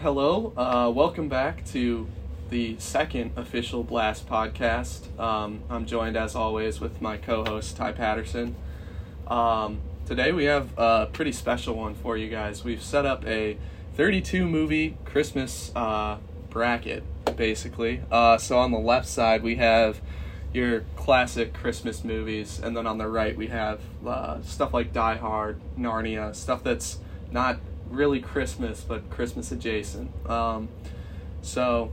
hello. Uh, welcome back to the second official Blast podcast. Um, I'm joined, as always, with my co host, Ty Patterson. Um, today we have a pretty special one for you guys. We've set up a 32 movie Christmas uh, bracket, basically. Uh, so on the left side, we have your classic Christmas movies, and then on the right, we have uh, stuff like Die Hard, Narnia, stuff that's not really Christmas, but Christmas adjacent. Um, so,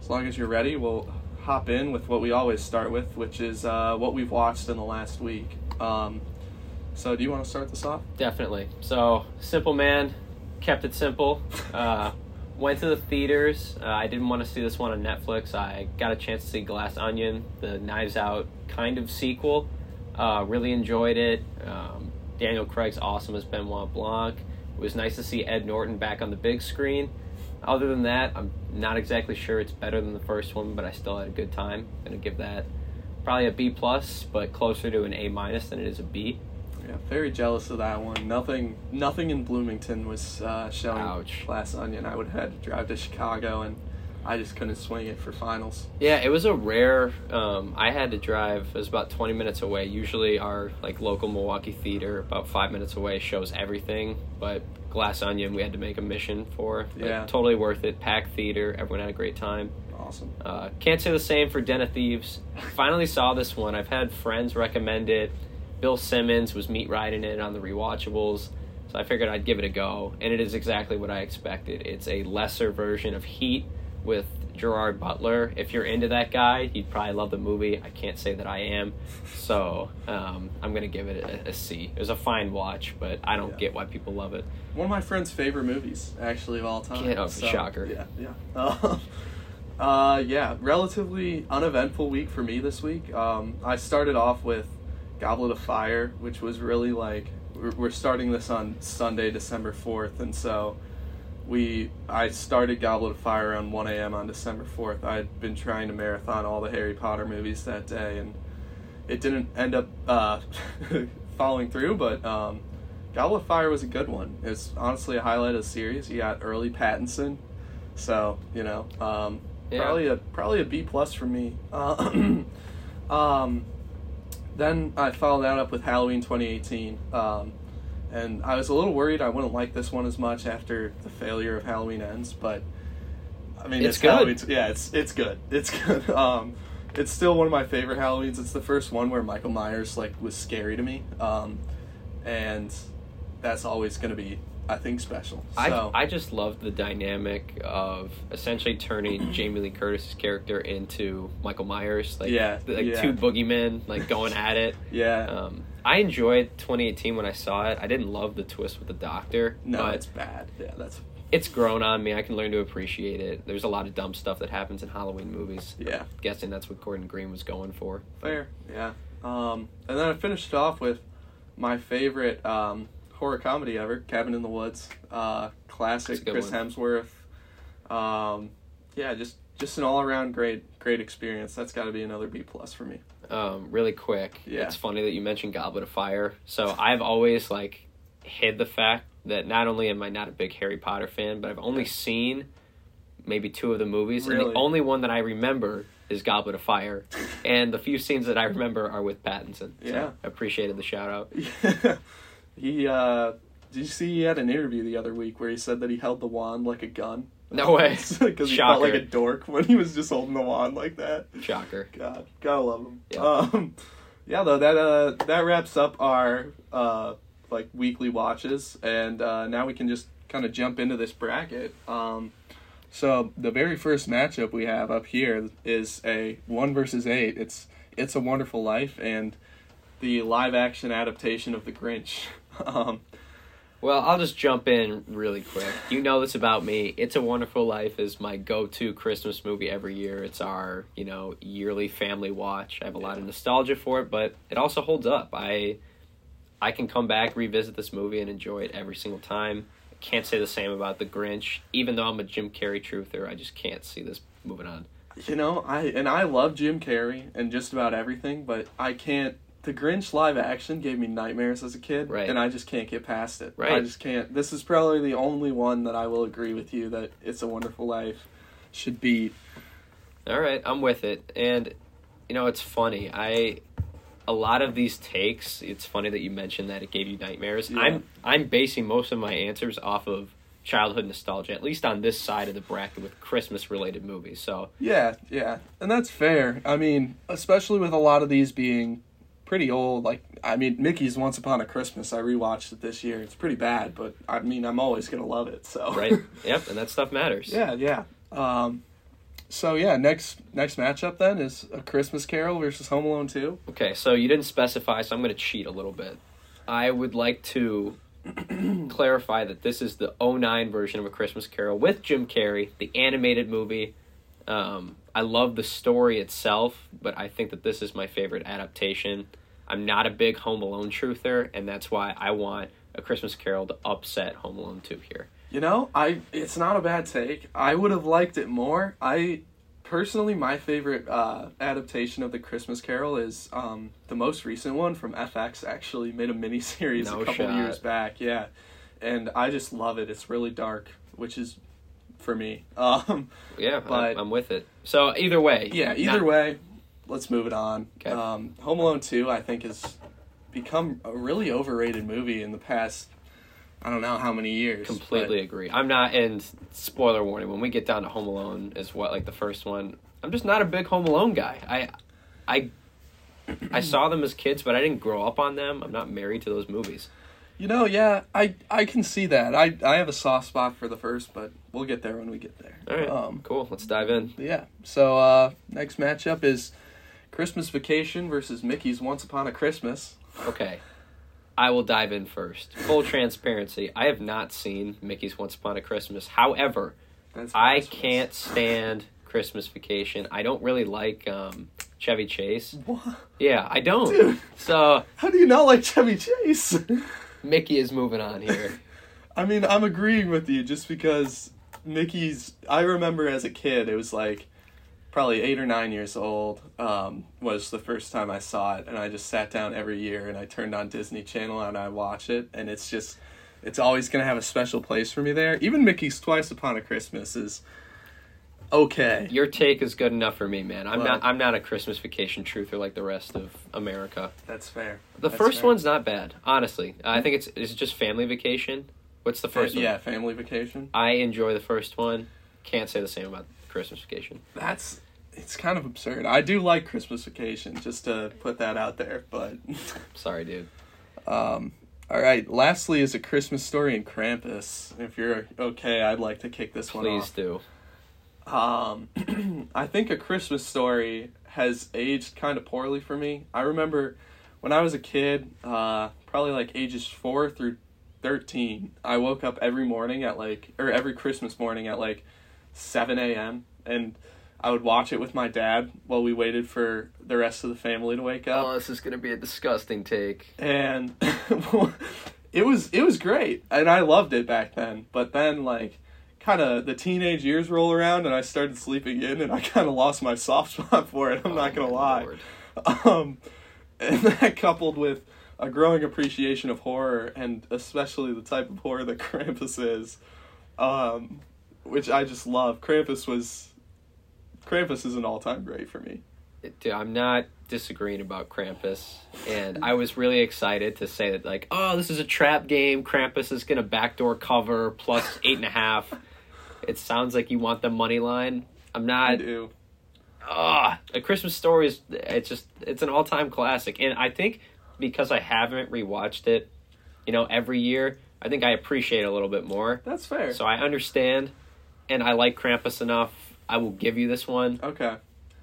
as long as you're ready, we'll hop in with what we always start with, which is uh, what we've watched in the last week. Um, so, do you want to start this off? Definitely. So, Simple Man kept it simple. Uh, went to the theaters. Uh, I didn't want to see this one on Netflix. I got a chance to see Glass Onion, the Knives Out kind of sequel. Uh, really enjoyed it. Um, Daniel Craig's awesome as Benoit Blanc. It was nice to see Ed Norton back on the big screen. Other than that, I'm not exactly sure it's better than the first one, but I still had a good time. Gonna give that probably a B plus, but closer to an A minus than it is a B. Yeah, very jealous of that one. Nothing, nothing in Bloomington was uh, showing Ouch. Glass Onion. I would have had to drive to Chicago, and I just couldn't swing it for finals. Yeah, it was a rare. Um, I had to drive. It was about twenty minutes away. Usually, our like local Milwaukee theater, about five minutes away, shows everything. But Glass Onion, we had to make a mission for. But Yeah. totally worth it. Packed theater. Everyone had a great time. Awesome. Uh, can't say the same for Den of Thieves. Finally saw this one. I've had friends recommend it. Bill Simmons was meat riding it on the rewatchables, so I figured I'd give it a go, and it is exactly what I expected. It's a lesser version of Heat with Gerard Butler. If you're into that guy, you'd probably love the movie. I can't say that I am, so um, I'm gonna give it a, a C. It was a fine watch, but I don't Yeah. get why people love it. One of my friend's favorite movies, actually, of all time. Get up, shocker. Yeah, yeah. Uh, uh, yeah, relatively uneventful week for me this week. Um, I started off with Goblet of Fire, which was really like we're, we're starting this on Sunday, December fourth, and so we I started Goblet of Fire around one a.m. on December fourth. I'd been trying to marathon all the Harry Potter movies that day, and it didn't end up uh, falling through, but um, Goblet of Fire was a good one. It's honestly a highlight of the series. You got early Pattinson, so you know um, Yeah. probably a probably a B plus for me. Uh, um, then I followed that up with Halloween 2018, um, and I was a little worried I wouldn't like this one as much after the failure of Halloween Ends, but I mean It's it's, good. Halloween- yeah, it's it's good. It's good. Um, it's still one of my favorite Halloweens. It's the first one where Michael Myers like was scary to me, um, and that's always going to be I think special. So I, I just loved the dynamic of essentially turning Jamie Lee Curtis's character into Michael Myers, like Yeah, like yeah. two boogeymen like going at it. yeah, Um, I enjoyed 2018 when I saw it. I didn't love the twist with the doctor. no, but it's bad. Yeah, that's it's grown on me. I can learn to appreciate it. There's a lot of dumb stuff that happens in Halloween movies. yeah. I'm guessing that's what Gordon Green was going for. Fair, yeah. Um, and then I finished it off with my favorite um, horror comedy ever, Cabin in the Woods. Uh, That's a classic good Chris Hemsworth. Um, yeah, just just an all around great great experience. That's got to be another B plus for me. um, really quick. Yeah. It's funny that you mentioned Goblet of Fire. So I've always like hid the fact that not only am I not a big Harry Potter fan, but I've only seen maybe two of the movies, and Really? the only one that I remember is Goblet of Fire, and the few scenes that I remember are with Pattinson. Yeah. so I appreciated the shout out. he uh, did you see he had an interview the other week where he said that he held the wand like a gun? No way. Because he felt like Shocker. a dork when he was just holding the wand like that. Shocker. God, gotta love them. Yeah. Um, yeah, though that uh that wraps up our uh like weekly watches, and uh, now we can just kind of jump into this bracket. Um, so the very first matchup we have up here is a one versus eight. It's it's a Wonderful Life and the live action adaptation of The Grinch. Um, Well, I'll just jump in really quick. You know this about me. It's a Wonderful Life is my go-to Christmas movie every year. It's our, you know, yearly family watch. I have a lot of nostalgia for it, but it also holds up. I I can come back, revisit this movie and enjoy it every single time. I can't say the same about The Grinch. Even though I'm a Jim Carrey truther, I just can't see this moving on. you know, I and I love Jim Carrey and just about everything, but I can't the Grinch live action gave me nightmares as a kid, Right. and I just can't get past it. I Right. just can't. This is probably the only one that I will agree with you that It's a Wonderful Life should beat. All right, I'm with it. And you know, it's funny. I a lot of these takes, it's funny that you mentioned that it gave you nightmares. Yeah. I'm I'm basing most of my answers off of childhood nostalgia, at least on this side of the bracket with Christmas related movies. So, Yeah, yeah, and that's fair. I mean, especially with a lot of these being pretty old. Like, I mean, Mickey's Once Upon a Christmas. I rewatched it this year. It's pretty bad, but I mean, I'm always gonna love it. So right? yep, and that stuff matters. Yeah, yeah. Um, so yeah, next next matchup then is a Christmas Carol versus Home Alone Two. Okay, so you didn't specify, so I'm going to cheat a little bit. I would like to clarify that this is the 09 version of A Christmas Carol with Jim Carrey, the animated movie. Um, I love the story itself, but I think that this is my favorite adaptation. I'm not a big Home Alone truther, and that's why I want A Christmas Carol to upset Home Alone 2 here. You know, I it's not a bad take. I would have liked it more. I personally, my favorite uh, adaptation of the Christmas Carol is um, the most recent one from FX. Actually, made a miniseries No a couple shot. years back. Yeah, and I just love it. It's really dark, which is for me. Um, Yeah, But- I, am with it. So either way. yeah. Either not- way, let's move it on. Okay. Um, Home Alone Two, I think, has become a really overrated movie in the past. I don't know how many years. but- completely agree. I'm not, and spoiler warning: when we get down to Home Alone, is what like the first one. I'm just not a big Home Alone guy. I, I, I saw them as kids, but I didn't grow up on them. I'm not married to those movies. You know, yeah, I I can see that. I I have a soft spot for the first, but we'll get there when we get there. All right, Um, cool. Let's dive in. yeah. So uh, next matchup is Christmas Vacation versus Mickey's Once Upon a Christmas. Okay, I will dive in first. Full transparency: I have not seen Mickey's Once Upon a Christmas. However, That's I Christmas. can't stand Christmas Vacation. I don't really like um, Chevy Chase. What? Yeah, I don't. Dude. So How do you not like Chevy Chase? Mickey is moving on here. I mean, I'm agreeing with you just because Mickey's. I remember as a kid, it was like probably eight or nine years old um, was the first time I saw it, and I just sat down every year and I turned on Disney Channel and I watch it, and it's just it's always gonna have a special place for me there. Even Mickey's Twice Upon a Christmas is okay. Your take is good enough for me, man. I'm Well- not I'm not a Christmas vacation truther like the rest of America. That's fair. The That's first fair. one's not bad, honestly. I think it's it's just family vacation. What's the first one? yeah, Family Vacation. I enjoy the first one. Can't say the same about Christmas vacation. That's it's kind of absurd. I do like Christmas Vacation, just to put that out there, but. Sorry, dude. Um, all right. Lastly, is a Christmas story in Krampus. If you're okay, I'd like to kick this one Please off. do. Um, I think a Christmas story has aged kind of poorly for me. I remember when I was a kid, uh, probably like ages four through thirteen. I woke up every morning at like, or every Christmas morning at like seven a.m. and I would watch it with my dad while we waited for the rest of the family to wake up. Oh, this is gonna be a disgusting take. and it was it was great and i loved it back then but then like kind of the teenage years roll around and i started sleeping in and i kind of lost my soft spot for it i'm not Oh, gonna my lie Lord. um and that coupled with a growing appreciation of horror and especially the type of horror that krampus is um which i just love krampus was krampus is an all-time great for me Dude, I'm not disagreeing about Krampus, and I was really excited to say that, like, oh, this is a trap game. Krampus is gonna backdoor cover plus eight and a half. It sounds like you want the money line. I'm i not. do Ah, a Christmas Story is. It's just. It's an all time classic, and I think because I haven't rewatched it, you know, every year, I think I appreciate it a little bit more. that's fair So I understand, and I like Krampus enough. I will give you this one okay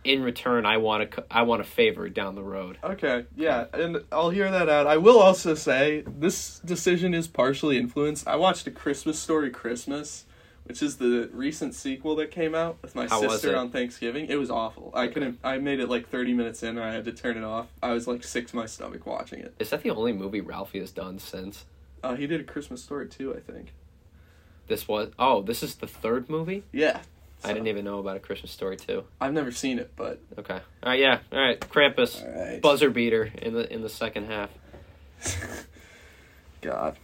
in return I want to I want a favor down the road. Okay, yeah, and I'll hear that out. I will also say this decision is partially influenced. I watched A Christmas Story Christmas, which is the recent sequel that came out with my How was sister it? on Thanksgiving. It was awful. I couldn't. I made it like thirty minutes in, and I had to turn it off. I was like sick to my stomach watching it. Is that the only movie Ralphie has done since Uh, he did A Christmas Story too, I think. this was? Oh, this is the third movie. Yeah. I didn't even know about a Christmas story too. I've never seen it, but Okay. All right. Yeah. All right. Krampus, all right. buzzer beater in the in the second half. God,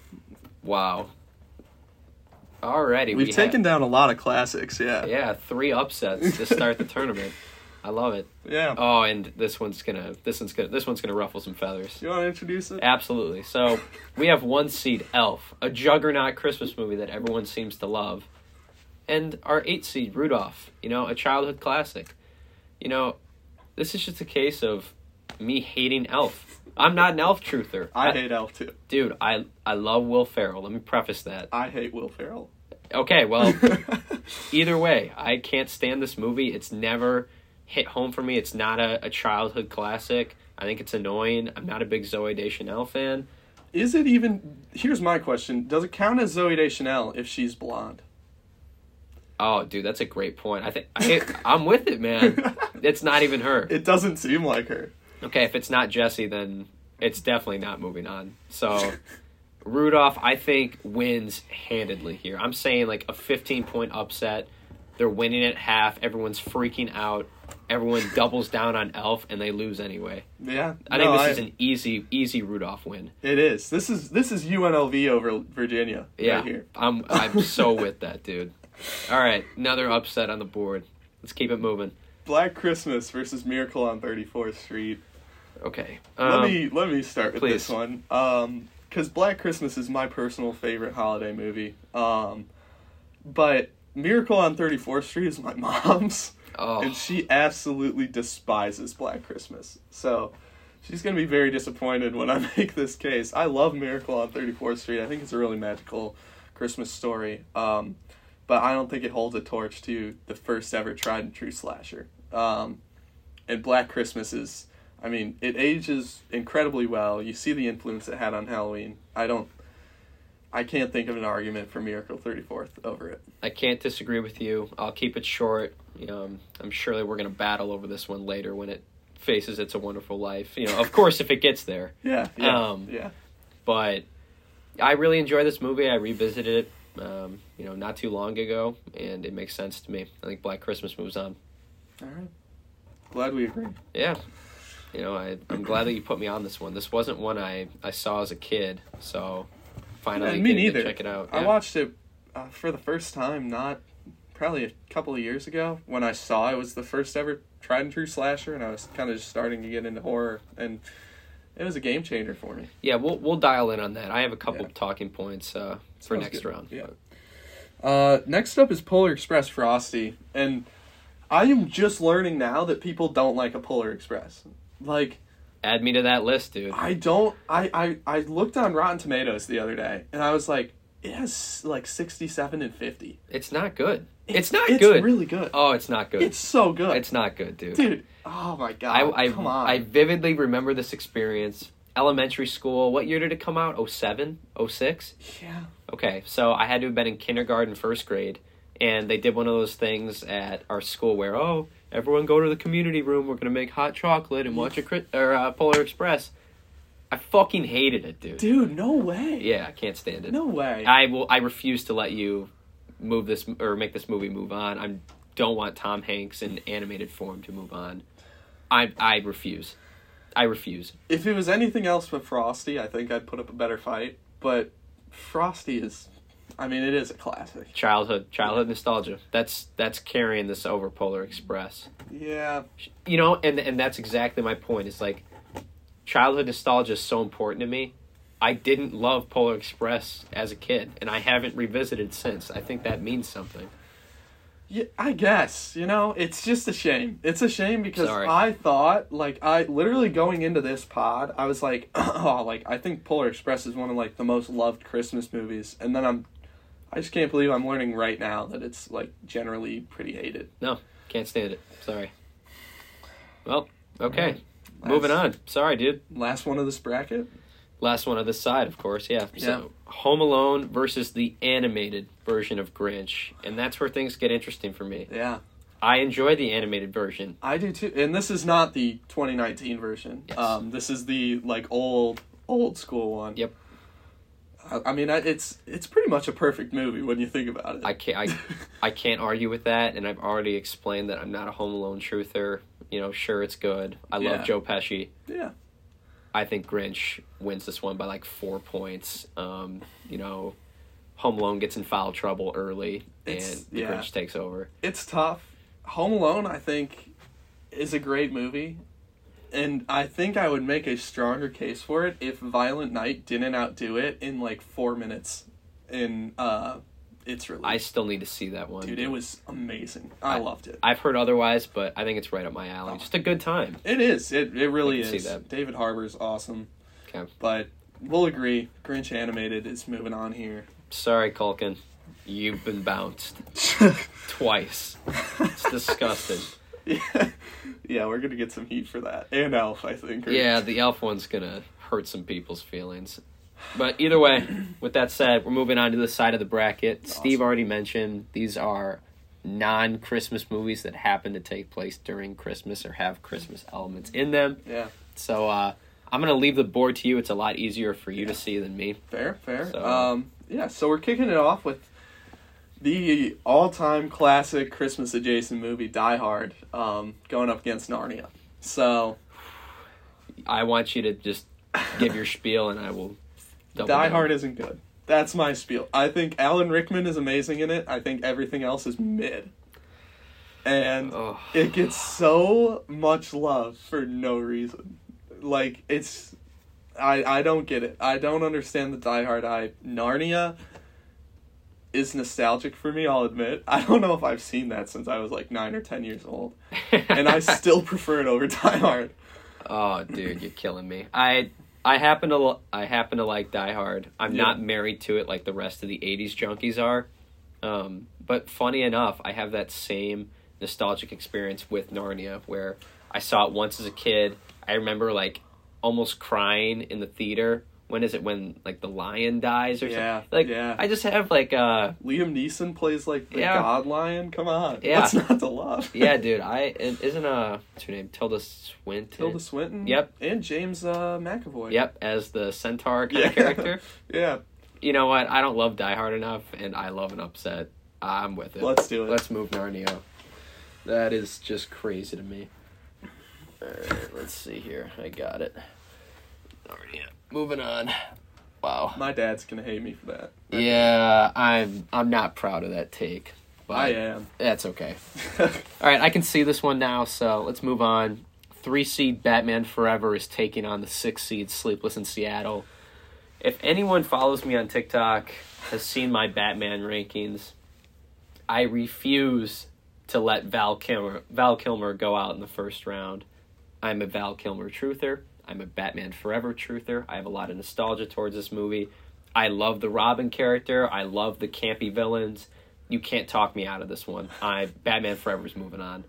Wow. Alrighty. we've we have- taken down a lot of classics. Yeah, yeah. yeah three upsets to start the tournament. I love it. Oh, and this one's gonna this one's gonna this one's gonna ruffle some feathers. You want to introduce it? Absolutely. So we have one seed Elf, a juggernaut Christmas movie that everyone seems to love, and our eight seed Rudolph. You know, a childhood classic. You know, this is just a case of me hating Elf. I'm not an Elf truther. I hate Elf too. dude. I I love Will Ferrell. Let me preface that. I hate Will Ferrell. Okay, well, either way, I can't stand this movie. It's never hit home for me. It's not a, a childhood classic. I think it's annoying. I'm not a big Zoe Deschanel fan. Is it even? Here's my question: Does it count as Zoe Deschanel if she's blonde? Oh, dude, that's a great point. I think I, I'm with it, man. It's not even her. It doesn't seem like her. Okay, if it's not Jesse, then it's definitely not moving on. So, Rudolph, I think, wins handedly here. I'm saying like a 15 point upset. They're winning at half. Everyone's freaking out. Everyone doubles down on Elf, and they lose anyway. Yeah, I no, think this is an easy, easy Rudolph win. It is. This is this is UNLV over Virginia. Yeah, right here. I'm, I'm so with that, dude. All right, another upset on the board. Let's keep it moving. Black Christmas versus Miracle on 34th Street. Okay. let um, me let me start with please. this one. Um 'cause cuz Black Christmas is my personal favorite holiday movie. Um but Miracle on 34th Street is my mom's Oh, and she absolutely despises Black Christmas. So she's going to be very disappointed when I make this case. I love Miracle on 34th Street. I think it's a really magical Christmas story. Um, but I don't think it holds a torch to the first ever tried and true slasher. Um, and Black Christmas is, I mean, it ages incredibly well. You see the influence it had on Halloween. I don't. I can't think of an argument for Miracle 34th over it. I can't disagree with you. I'll keep it short. You know, I'm- I'm sure that we're gonna battle over this one later when it faces its a wonderful life. You know, of course, if it gets there. Yeah, yeah, Um, yeah. But I really enjoy this movie. I revisited it, um, you know, not too long ago, and it makes sense to me. I think Black Christmas moves on. All right. Glad we agree. Yeah. You know, I, I'm glad that you put me on this one. This wasn't one I, I saw as a kid, so finally Yeah, me getting to neither. check it out. I Yeah. watched it uh, for the first time, not probably a couple of years ago, when I saw it was the first ever tried and true slasher, and I was kind of just starting to get into horror, and it was a game changer for me. yeah, we'll we'll dial in on that. I have a couple Yeah. talking points uh, for Sounds next good. round. Yeah. Uh, next up is Polar Express Frosty, and I am just learning now that people don't like a Polar Express. Like Add me to that list, dude. I don't. I, I I looked on Rotten Tomatoes the other day, and I was like, it has like sixty-seven and fifty. It's not good. It's not it's good. Really good. oh, it's not good. It's It's, so good. not good, dude. Dude, oh my god. I I, Come on. I vividly remember this experience. Elementary school. What year did it come out? 07? 06? yeah. Okay, so I had to have been in kindergarten, first grade, and they did one of those things at our school where oh, everyone go to the community room. We're gonna make hot chocolate and watch a cri- or uh, Polar Express. I fucking hated it, dude. Dude, no way. Yeah, I can't stand it. No way. I will. I refuse to let you move this or make this movie move on. I don't want Tom Hanks in animated form to move on. I I refuse. I refuse. if it was anything else but Frosty, I think I'd put up a better fight. But Frosty is I mean, it is a classic. Childhood, childhood nostalgia. That's that's carrying this over Polar Express. Yeah. You know, and and that's exactly my point. It's like childhood nostalgia is so important to me. I didn't love Polar Express as a kid, and I haven't revisited since. I think that means something. Yeah, I guess, you know, it's just a shame. It's a shame because Sorry. I thought like I literally going into this pod, I was like, oh, like I think Polar Express is one of like the most loved Christmas movies and then I'm I just can't believe I'm learning right now that it's like generally pretty hated. Can't stand it. Sorry. Well, okay. Last- Moving on. Sorry, dude. Last one of this bracket. Last one on this side, of course. Yeah. So, Home Alone versus the animated version of Grinch, and that's where things get interesting for me. Yeah, I enjoy the animated version. I do too. And this is not the 2019 version. Yes. Um, this is the like old, old school one. Yep. I- I mean, I- it's it's pretty much a perfect movie when you think about it. I can't. I, I can't argue with that, and I've already explained that I'm not a Home Alone truther. You know, sure it's good. I Yeah. love Joe Pesci. yeah, I think Grinch wins this one by like four points. Um, you know, Home Alone gets in foul trouble early, It's- and the yeah. Grinch takes over. it's tough. Home Alone, I think, is a great movie, and I think I would make a stronger case for it if Violent Night didn't outdo it in like four minutes in uh its release. I still need to see that one. Dude, it was amazing. I, I- loved it. I've heard otherwise, but I think it's right up my alley. Just a good time. It is. It it really I can see is. that. David Harbour's awesome. Okay. But we'll agree, Grinch Animated is moving on here. Sorry, Culkin, you've been bounced twice. It's disgusting. yeah. yeah, we're gonna get some heat for that. And Elf, I think. or- Yeah, the elf one's gonna hurt some people's feelings. But either way, with that said, we're moving on to the side of the bracket. Steve already mentioned these are non Christmas movies that happen to take place during Christmas or have Christmas elements in them. Yeah. So uh, I'm gonna leave the board to you. It's a lot easier for you to see than me. Fair, fair. So- Um yeah, so we're kicking it off with the all time classic Christmas adjacent movie Die Hard, um, going up against Narnia. So I want you to just give your spiel and I will double Die down. Hard isn't good. That's my spiel. I think Alan Rickman is amazing in it. I think everything else is mid. And Ugh. it gets so much love for no reason. Like it's I I don't get it. I don't understand the Die Hard I Narnia is nostalgic for me, I'll admit. I don't know if I've seen that since I was like 9 or 10 years old, and I still prefer it over Die Hard. Oh, dude, you're killing me. I I happen to l- I happen to like Die Hard. I'm Yeah. not married to it like the rest of the '80s junkies are. Um, but funny enough, I have that same nostalgic experience with Narnia, where I saw it once as a kid. I remember like almost crying in the theater. When is it when like the lion dies or Yeah, something? Like yeah. I just have like uh Liam Neeson plays like the Yeah. God Lion. Come on, Yeah. what's not to love? yeah, dude. I it isn't uh what's her name Tilda Swinton. Tilda Swinton. Yep. And James uh, McAvoy. Yep, as the centaur kind Yeah. of character. Yeah. you know what? I don't love Die Hard enough, and I love an upset. I'm with it. Let's do it. Let's move Narnia. That is just crazy to me. All right, let's see here. I got it. Narnia. Moving on. Wow. My dad's gonna hate me for that. Yeah, I'm. I'm not proud of that take, but I am. that's okay. All right, I can see this one now. So let's move on. Three seed Batman Forever is taking on the six seed Sleepless in Seattle. If anyone follows me on TikTok, has seen my Batman rankings, I refuse to let Val Kilmer Val Kilmer go out in the first round. I'm a Val Kilmer truther. I'm a Batman Forever truther. I have a lot of nostalgia towards this movie. I love the Robin character. I love the campy villains. You can't talk me out of this one. I Batman Forever's moving on.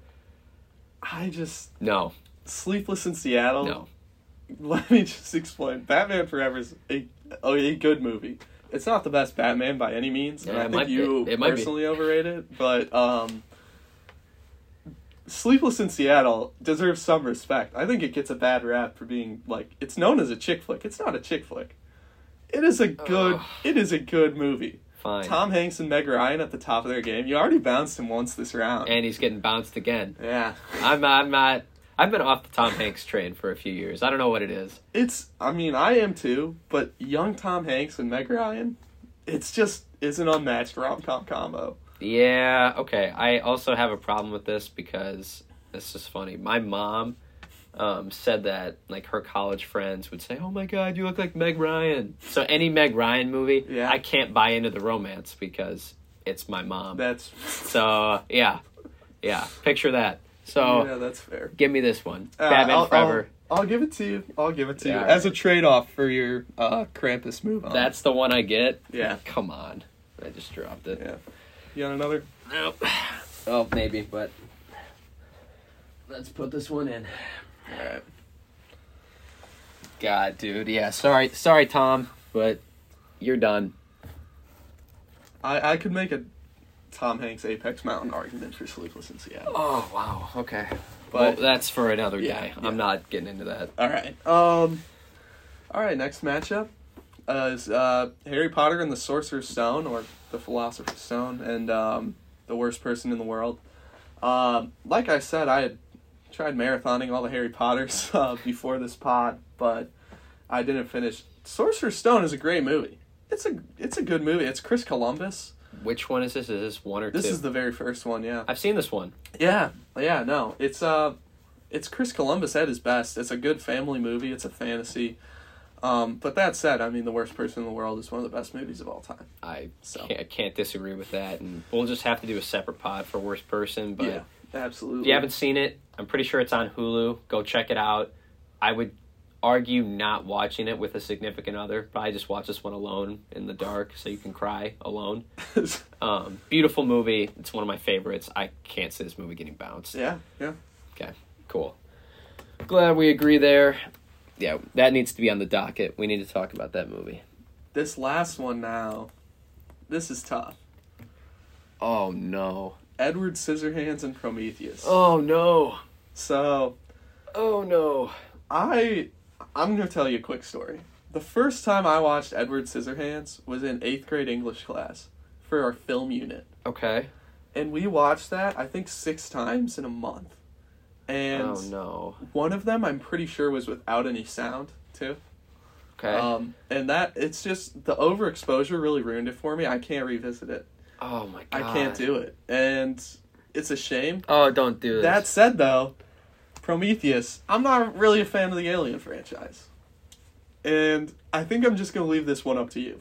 I just No, sleepless in Seattle. no. Let me just explain. Batman Forever is a, oh, a good movie. It's not the best Batman by any means, and Yeah, I it think might be. you It might be. personally overrate it. But um, Sleepless in Seattle deserves some respect. I think it gets a bad rap for being like it's known as a chick flick. It's not a chick flick. It is a good. Ugh. It is a good movie. Fine. Tom Hanks and Meg Ryan at the top of their game. You already bounced him once this round. and he's getting bounced again. yeah. I'm I'm not I've been off the Tom Hanks train for a few years. I don't know what it is. It's I mean, I am too, but young Tom Hanks and Meg Ryan, it's just is an unmatched rom com combo. Yeah, okay. I also have a problem with this because this is funny. My mom um, said that like her college friends would say, "Oh my god, you look like Meg Ryan." So any Meg Ryan movie, Yeah. I can't buy into the romance because it's my mom. That's so yeah, yeah. Picture that. So yeah, that's fair. give me this one, Uh, Batman I'll- Forever. I'll, I'll give it to you. I'll give it to Yeah, you all as a trade off for your uh, Krampus move on. That's the one I get. yeah. Come on, I just dropped it. Yeah. You got another? Nope. Oh, maybe, but let's put this one in. All right. God, dude, yeah. Sorry, sorry, Tom, but you're done. I I could make a Tom Hanks Apex Mountain argument for Sleepless in Seattle, Oh wow, okay. But but that's for another Yeah, guy. yeah. I'm not getting into that. all right. Um. All right. Next matchup. uh, is uh, Harry Potter and the Sorcerer's Stone or the Philosopher's Stone and um, the worst person in the world. Um, like I said, I had tried marathoning all the Harry Potters uh, before this pod, but I didn't finish. Sorcerer's Stone is a great movie. It's a it's a good movie. It's Chris Columbus. Which one is this? Is this one or This two? is the very first one. Yeah. I've seen this one. Yeah, yeah, no, it's uh, it's Chris Columbus at his best. It's a good family movie. It's a fantasy. Um, but that said, I mean, the worst person in the world is one of the best movies of all time. I So. can't, I can't disagree with that, and we'll just have to do a separate pod for worst person. But yeah, absolutely. if you haven't seen it, I'm pretty sure it's on Hulu. Go check it out. I would argue not watching it with a significant other. Probably just watch this one alone in the dark, so you can cry alone. Um, beautiful movie. It's one of my favorites. I can't see this movie getting bounced. yeah, yeah. Okay, cool. Glad we agree there. Yeah, that needs to be on the docket. We need to talk about that movie. This last one now, this is tough. Oh no. Edward Scissorhands and Prometheus. Oh no. So Oh no. I, I'm gonna tell you a quick story. The first time I watched Edward Scissorhands was in eighth grade English class for our film unit. Okay. and we watched that I think six times in a month, and oh no. one of them I'm pretty sure was without any sound too. Okay. Um, and that it's just the overexposure really ruined it for me. I can't revisit it. oh my I god. can't do it, and it's a shame. Oh, don't do this. That said, though, Prometheus, I'm not really a fan of the Alien franchise, and I think I'm just gonna leave this one up to you.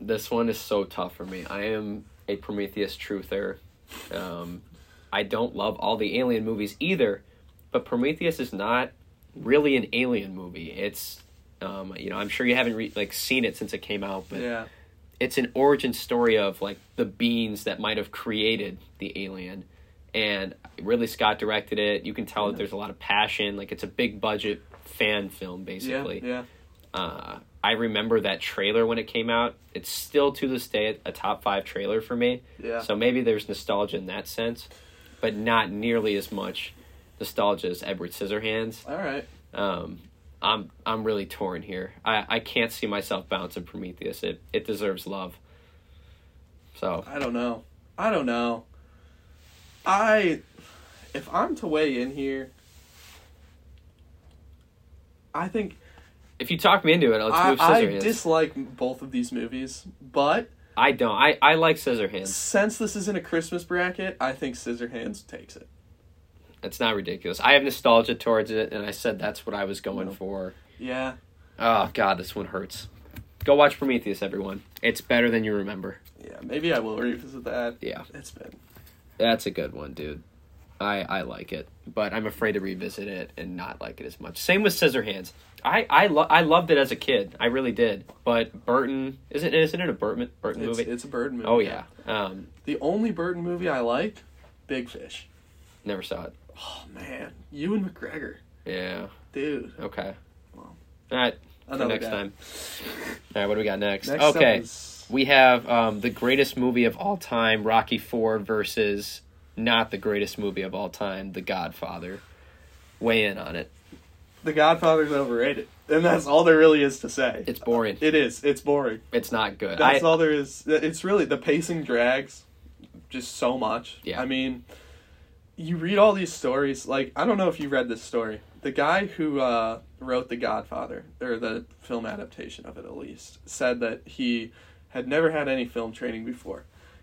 this one is so tough for me. I am a Prometheus truther. Um, I don't love all the alien movies either, but Prometheus is not really an alien movie. It's um, you know, I'm sure you haven't re- like seen it since it came out, but Yeah, it's an origin story of like the beings that might have created the alien and ridley scott directed it you can tell that there's a lot of passion like it's a big budget fan film yeah, basically yeah. Uh, i remember that trailer when it came out it's still to this day a top five trailer for me Yeah. so maybe there's nostalgia in that sense but not nearly as much nostalgia as edward scissorhands All right. um, I'm I'm really torn here. I, I can't see myself bouncing Prometheus. It it deserves love. So I don't know. I don't know. I if I'm to weigh in here, I think if you talk me into it, let's I, move I Scissorhands. I, dislike both of these movies, but don't. I, I like Scissorhands. since this is in a Christmas bracket, I think Scissorhands takes it. It's not ridiculous. I have nostalgia towards it, and I said that's what I was going No. for. Yeah, Oh God, this one hurts. Go watch Prometheus, everyone. It's better than you remember. yeah. Maybe I will revisit that. Yeah, It's been that's a good one, dude. I I like it, but I'm afraid to revisit it and not like it as much. Same with Scissorhands. I I, lo- I loved it as a kid. I really did. But Burton isn't isn't it a Burton Burton it's, movie? it's a bird movie. oh yeah. Um, The only Burton movie I like, Big Fish. never saw it. Oh man, you and McGregor, Yeah. dude. Okay. Well, All right. for Another next guy. time. All right. What do we got next? Next up okay. is- We have um, the greatest movie of all time, Rocky Four, versus not the greatest movie of all time, The Godfather. Weigh in on it. The Godfather's overrated, and that's all there really is to say. It's boring. It is. It's boring. It's not good. I- That's all there is. It's really the pacing drags just so much. Yeah. I mean, you read all these stories. Like I don't know if you read this story. The guy who uh, wrote The Godfather or the film adaptation of it, at least, said that he had never had any film training before.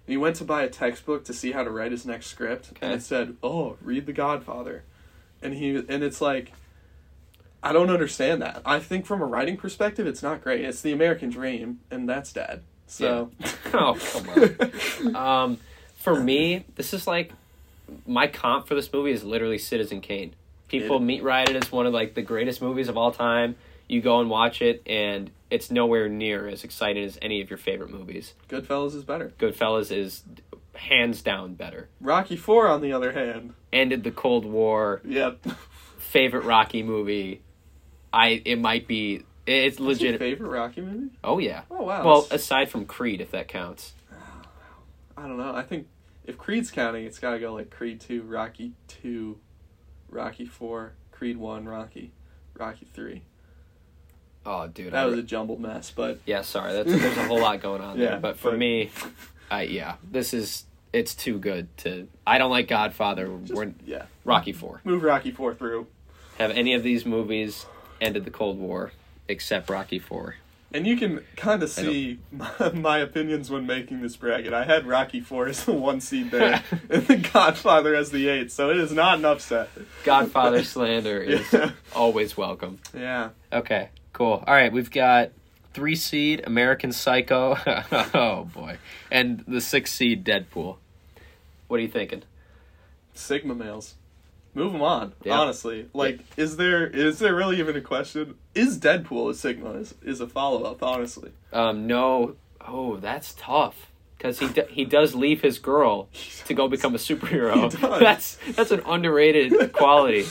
And he went to buy a textbook to see how to write his next script, and Okay. it said, "Oh, read The Godfather," and he and it's like. I don't understand that. I think from a writing perspective, it's not great. It's the American dream, and that's dead. So, Oh, come on. um, for me, this is like my comp for this movie is literally Citizen Kane. People It- meet ride it as one of like the greatest movies of all time. You go and watch it, and it's nowhere near as exciting as any of your favorite movies. Goodfellas is better. Goodfellas is hands down better. Rocky Four, on the other hand, Ended the Cold War. yep. Favorite Rocky movie. I it might be it's Your legit. favorite Rocky movie? Oh yeah. Oh wow. Well, that's- aside from Creed, if that counts. I don't know. I think if Creed's counting, it's got to go like Creed Two, Rocky Two, Rocky Four, Creed One, Rocky, Rocky Three. Oh, dude. That I- was a jumbled mess, but yeah, sorry. That's, there's a whole lot going on Yeah, there. But for but- me, I yeah, this is it's too good to. I don't like Godfather. We're yeah. Rocky Four. Move Rocky 4 through. Have any of these movies ended the Cold War except Rocky Four? And you can kind of see my, my opinions when making this bracket. I had Rocky 4 as the one seed there, and The Godfather as the eight, so it is not an upset. Godfather slander is Yeah. always welcome. Yeah. Okay, cool. All right, we've got three seed American Psycho. oh boy, and the six seed Deadpool. What are you thinking? Sigma males. Move them on, Yeah. honestly. Like, is there is there really even a question? Is Deadpool a Sigma? Is, is a follow up, honestly. Um, no. Oh, that's tough. Because he d- he does leave his girl to go become a superhero. He does. That's that's an underrated quality.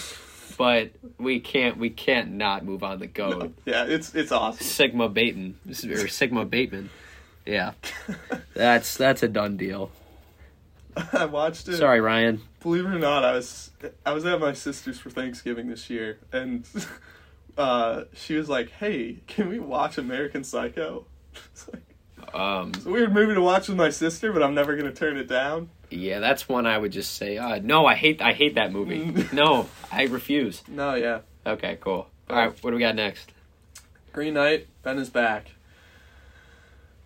But we can't we can't not move on the goat. Yeah, it's it's awesome. Sigma Bateman or Sigma Bateman. Yeah, that's that's a done deal. I watched it. Sorry, Ryan. believe it or not, I was I was at my sister's for Thanksgiving this year, and uh, she was like, "Hey, can we watch American Psycho?" It's like Um, it's a weird movie to watch with my sister, but I'm never gonna turn it down. yeah, that's one I would just say. Uh, no, I hate I hate that movie. No, I refuse. No, yeah, Okay, cool. All right, what do we got next? Green Knight. Ben is back.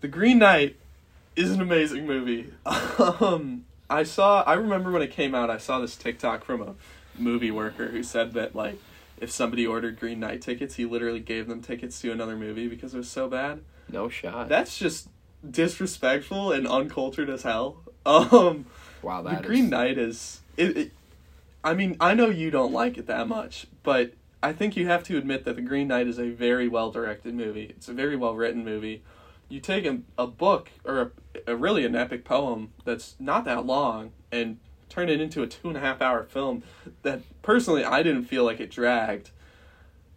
The Green Knight is an amazing movie. um, I saw. I remember when it came out. I saw this TikTok from a movie worker who said that like if somebody ordered Green Knight tickets, he literally gave them tickets to another movie because it was so bad. No shot. That's just disrespectful and uncultured as hell. Um, wow, the that is Green Knight is. It, it, I mean, I know you don't like it that much, but I think you have to admit that The Green Knight is a very well directed movie. It's a very well written movie. You take a, a book, or a, a really an epic poem that's not that long, and turn it into a two and a half hour film that personally I didn't feel like it dragged.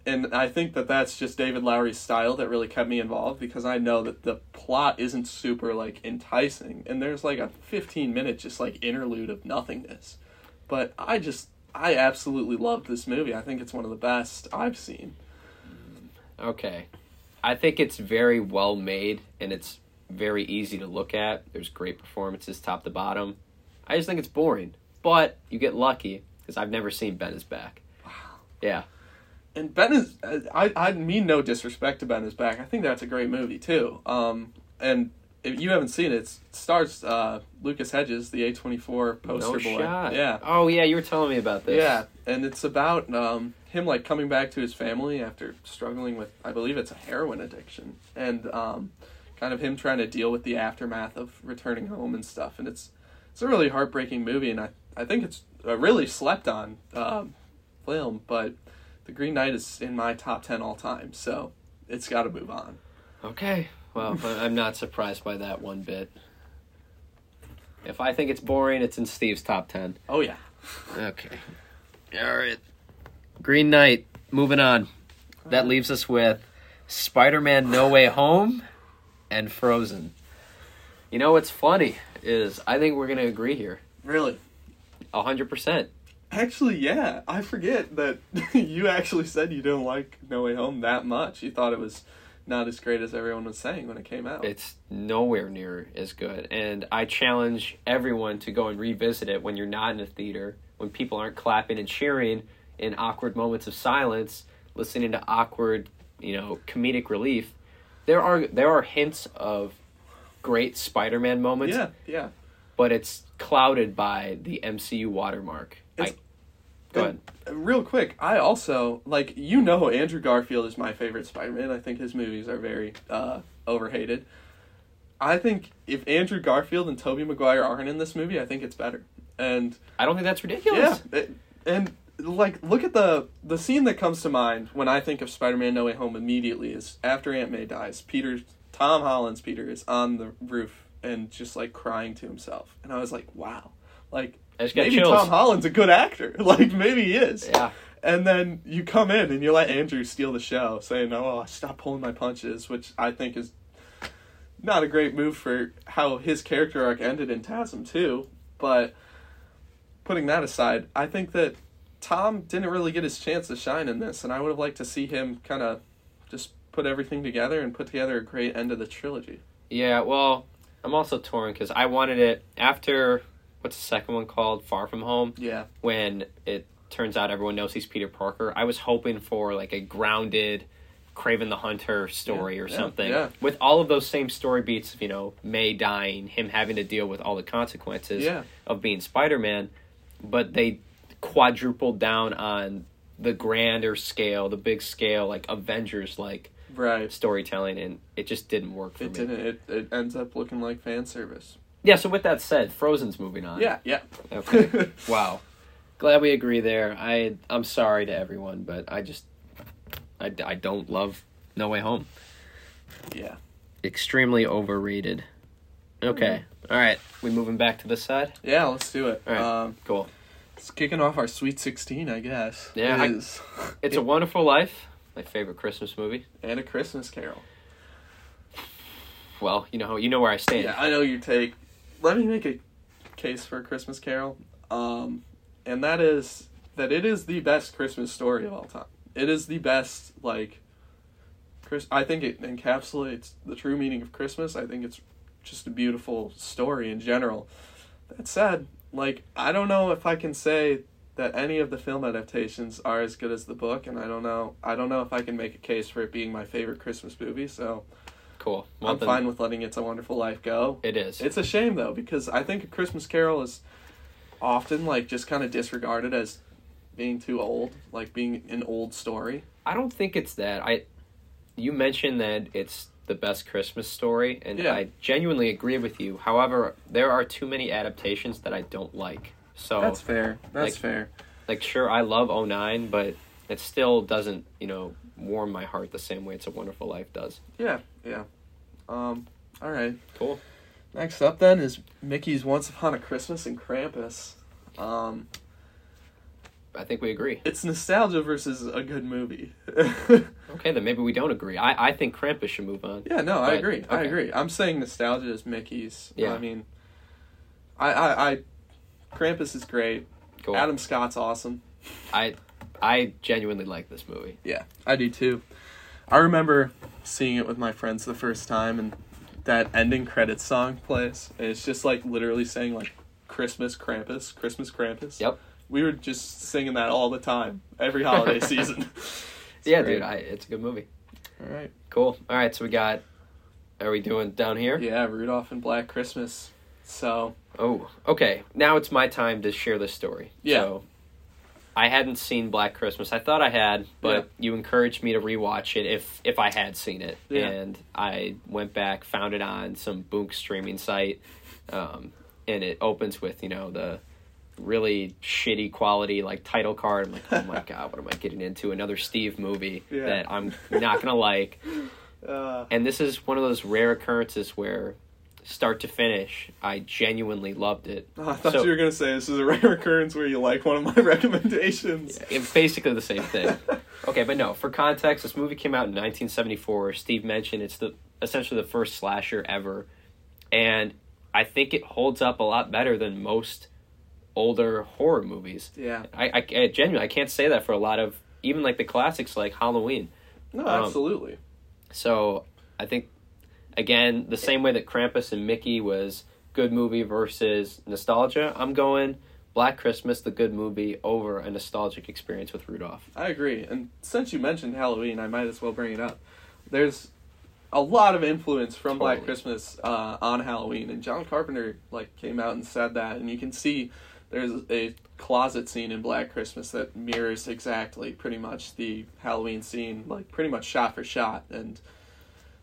And I think that that's just David Lowry's style that really kept me involved because I know that the plot isn't super like enticing and there's like a 15 minute just like interlude of nothingness. But I just I absolutely loved this movie. I think it's one of the best I've seen. Okay. I think it's very well made and it's very easy to look at. There's great performances top to bottom. I just think it's boring, but you get lucky because I've never seen Ben is back. Yeah. And Ben is I I mean no disrespect to Ben is back. I think that's a great movie too. Um and if you haven't seen it, it stars uh, Lucas Hedges, the A24 poster no boy. shot. Yeah. Oh yeah, you were telling me about this. Yeah, and it's about um, him like coming back to his family after struggling with, I believe it's a heroin addiction, and um, kind of him trying to deal with the aftermath of returning home and stuff. And it's it's a really heartbreaking movie, and I I think it's a really slept on um, film. But The Green Knight is in my top ten all time, so it's got to move on. Okay. Well, I- I'm not surprised by that one bit. If I think it's boring, it's in Steve's top ten. Oh yeah, Okay. All right. Green Knight. Moving on. That leaves us with Spider-Man: No Way Home and Frozen. You know what's funny is I think we're gonna agree here, really. a hundred percent. Actually, yeah, I forget that you actually said you didn't like No Way Home that much. You thought it was not as great as everyone was saying when it came out. It's nowhere near as good, and I challenge everyone to go and revisit it when you're not in a theater, when people aren't clapping and cheering in awkward moments of silence, listening to awkward, you know, comedic relief. There are there are hints of great Spider-Man moments, yeah, yeah. but it's clouded by the MCU watermark. I, It's- go ahead. And real quick, I also like you know Andrew Garfield is my favorite Spider-Man. I think his movies are very uh, overhated. I think if Andrew Garfield and Tobey Maguire aren't in this movie, I think it's better. And I don't think that's yeah, ridiculous. it- and like look at the the scene that comes to mind when I think of Spider-Man: No Way Home immediately is after Aunt May dies. Peter, Tom Holland's Peter, is on the roof and just like crying to himself, and I was like, wow, like I just got maybe chills. Tom Holland's a good actor, like maybe he is. Yeah. And then you come in and you let Andrew steal the show, saying, "Oh, stop pulling my punches," which I think is not a great move for how his character arc ended in TASM too. But putting that aside, I think that Tom didn't really get his chance to shine in this, and I would have liked to see him kind of just put everything together and put together a great end of the trilogy. Yeah, well, I'm also torn because I wanted it after what's the second one called, Far From Home, Yeah. when it turns out everyone knows he's Peter Parker. I was hoping for like a grounded Craven the Hunter story Yeah, or yeah, something yeah. with all of those same story beats of you know May dying, him having to deal with all the consequences Yeah. of being Spider Man, but they quadrupled down on the grander scale, the big scale, like Avengers like Right. storytelling, and it just didn't work for It me. didn't. It, it ends up looking like fan service. Yeah, so with that said, Frozen's moving on. Yeah. Yeah. Okay. wow. Glad we agree there. I I'm sorry to everyone, but I just I, I don't love No Way Home. yeah. Extremely overrated. Okay. Mm-hmm. All right. We moving back to this side. Yeah. Let's do it. All right. Um, Cool. it's kicking off our Sweet Sixteen, I guess. Yeah, It I- is. It's a Wonderful Life, my favorite Christmas movie. and a Christmas Carol. Well, you know how you know where I stand. Yeah, I know your take. Let me make a case for a Christmas Carol, um, and that is that it is the best Christmas story of all time. It is the best like. Chris, I think it encapsulates the true meaning of Christmas. I think it's just a beautiful story in general. That said, like I don't know if I can say that any of the film adaptations are as good as the book, and I don't know. I don't know if I can make a case for it being my favorite Christmas movie. So Cool. Well, I'm then fine with letting "It's a Wonderful Life" go. It is. It's a shame though because I think A Christmas Carol is often like just kind of disregarded as being too old, like being an old story. I don't think it's that. I you mentioned that it's the best Christmas story, and Yeah. I genuinely agree with you. However, there are too many adaptations that I don't like. So That's fair. That's Oh. Like- fair. like sure I love 09, but it still doesn't, you know, warm my heart the same way It's a Wonderful Life does. Yeah, yeah. Um all right. Cool. Next up then is Mickey's Once Upon a Christmas and Krampus. Um I think we agree. it's nostalgia versus a good movie. Okay, then maybe we don't agree. I, I think Krampus should move on. Yeah, no, I But- agree. I okay. agree. I'm saying nostalgia is Mickey's. Yeah. I mean, I, I, I, Krampus is great. Cool. Adam Scott's awesome. I I genuinely like this movie. Yeah, I do too. I remember seeing it with my friends the first time, and that ending credits song plays. And it's just like literally saying like Christmas Krampus, Christmas Krampus. Yep. We were just singing that all the time, every holiday season. It's yeah, great. dude, I, it's a good movie. all right. Cool. All right, so we got are we doing down here? Yeah, Rudolph and Black Christmas. So Oh, okay. Now it's my time to share this story. Yeah. So, I hadn't seen Black Christmas. I thought I had, but you encouraged me to rewatch it if if I had seen it. Yeah. And I went back, found it on some Boonk streaming site, um, and it opens with you know the really shitty quality like title card. I'm like, oh my god, what am I getting into? Another Steve movie Yeah. that I'm not gonna like. uh, And this is one of those rare occurrences where, start to finish, I genuinely loved it. Oh, I thought So- you were gonna say this is a rare occurrence where you like one of my recommendations. It's basically the same thing. Okay, but no, for context, this movie came out in 1974. Steve mentioned it's the essentially the first slasher ever, and I think it holds up a lot better than most older horror movies. yeah. I, I, I genuinely I can't say that for a lot of even like the classics like Halloween. No, Um, absolutely. So I think again the same way that Krampus and Mickey was good movie versus nostalgia. I'm going Black Christmas, the good movie, over a nostalgic experience with Rudolph. I agree. And since you mentioned Halloween, I might as well bring it up. There's a lot of influence from Black Totally. Christmas uh, on Halloween, and John Carpenter like came out and said that, and you can see there's a closet scene in Black Christmas that mirrors exactly pretty much the Halloween scene, like pretty much shot for shot, and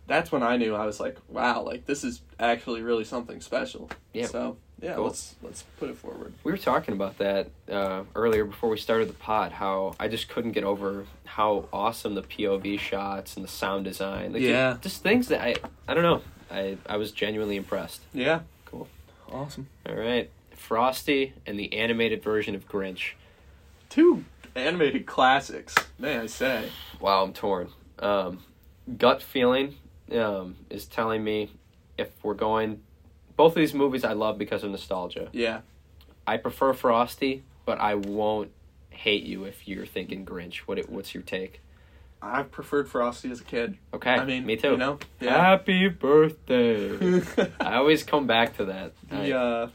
that's when I knew I was like, wow, like this is actually really something special. Yeah. So yeah, Cool. let's let's put it forward. We were talking about that uh, earlier before we started the pod. How I just couldn't get over how awesome the POV shots and the sound design. Like, Yeah. just, just things that I I don't know. I I was genuinely impressed. Yeah. Cool. Awesome. All right, Frosty and the animated version of Grinch. Two animated classics, may I say. Wow, I'm torn. Um, gut feeling um, is telling me if we're going. Both of these movies I love because of nostalgia. Yeah. I prefer Frosty, but I won't hate you if you're thinking Grinch. What it, what's your take? I preferred Frosty as a kid. Okay. I mean, me too. Ah. You know, yeah. Happy birthday. I always come back to that. I- the, uh,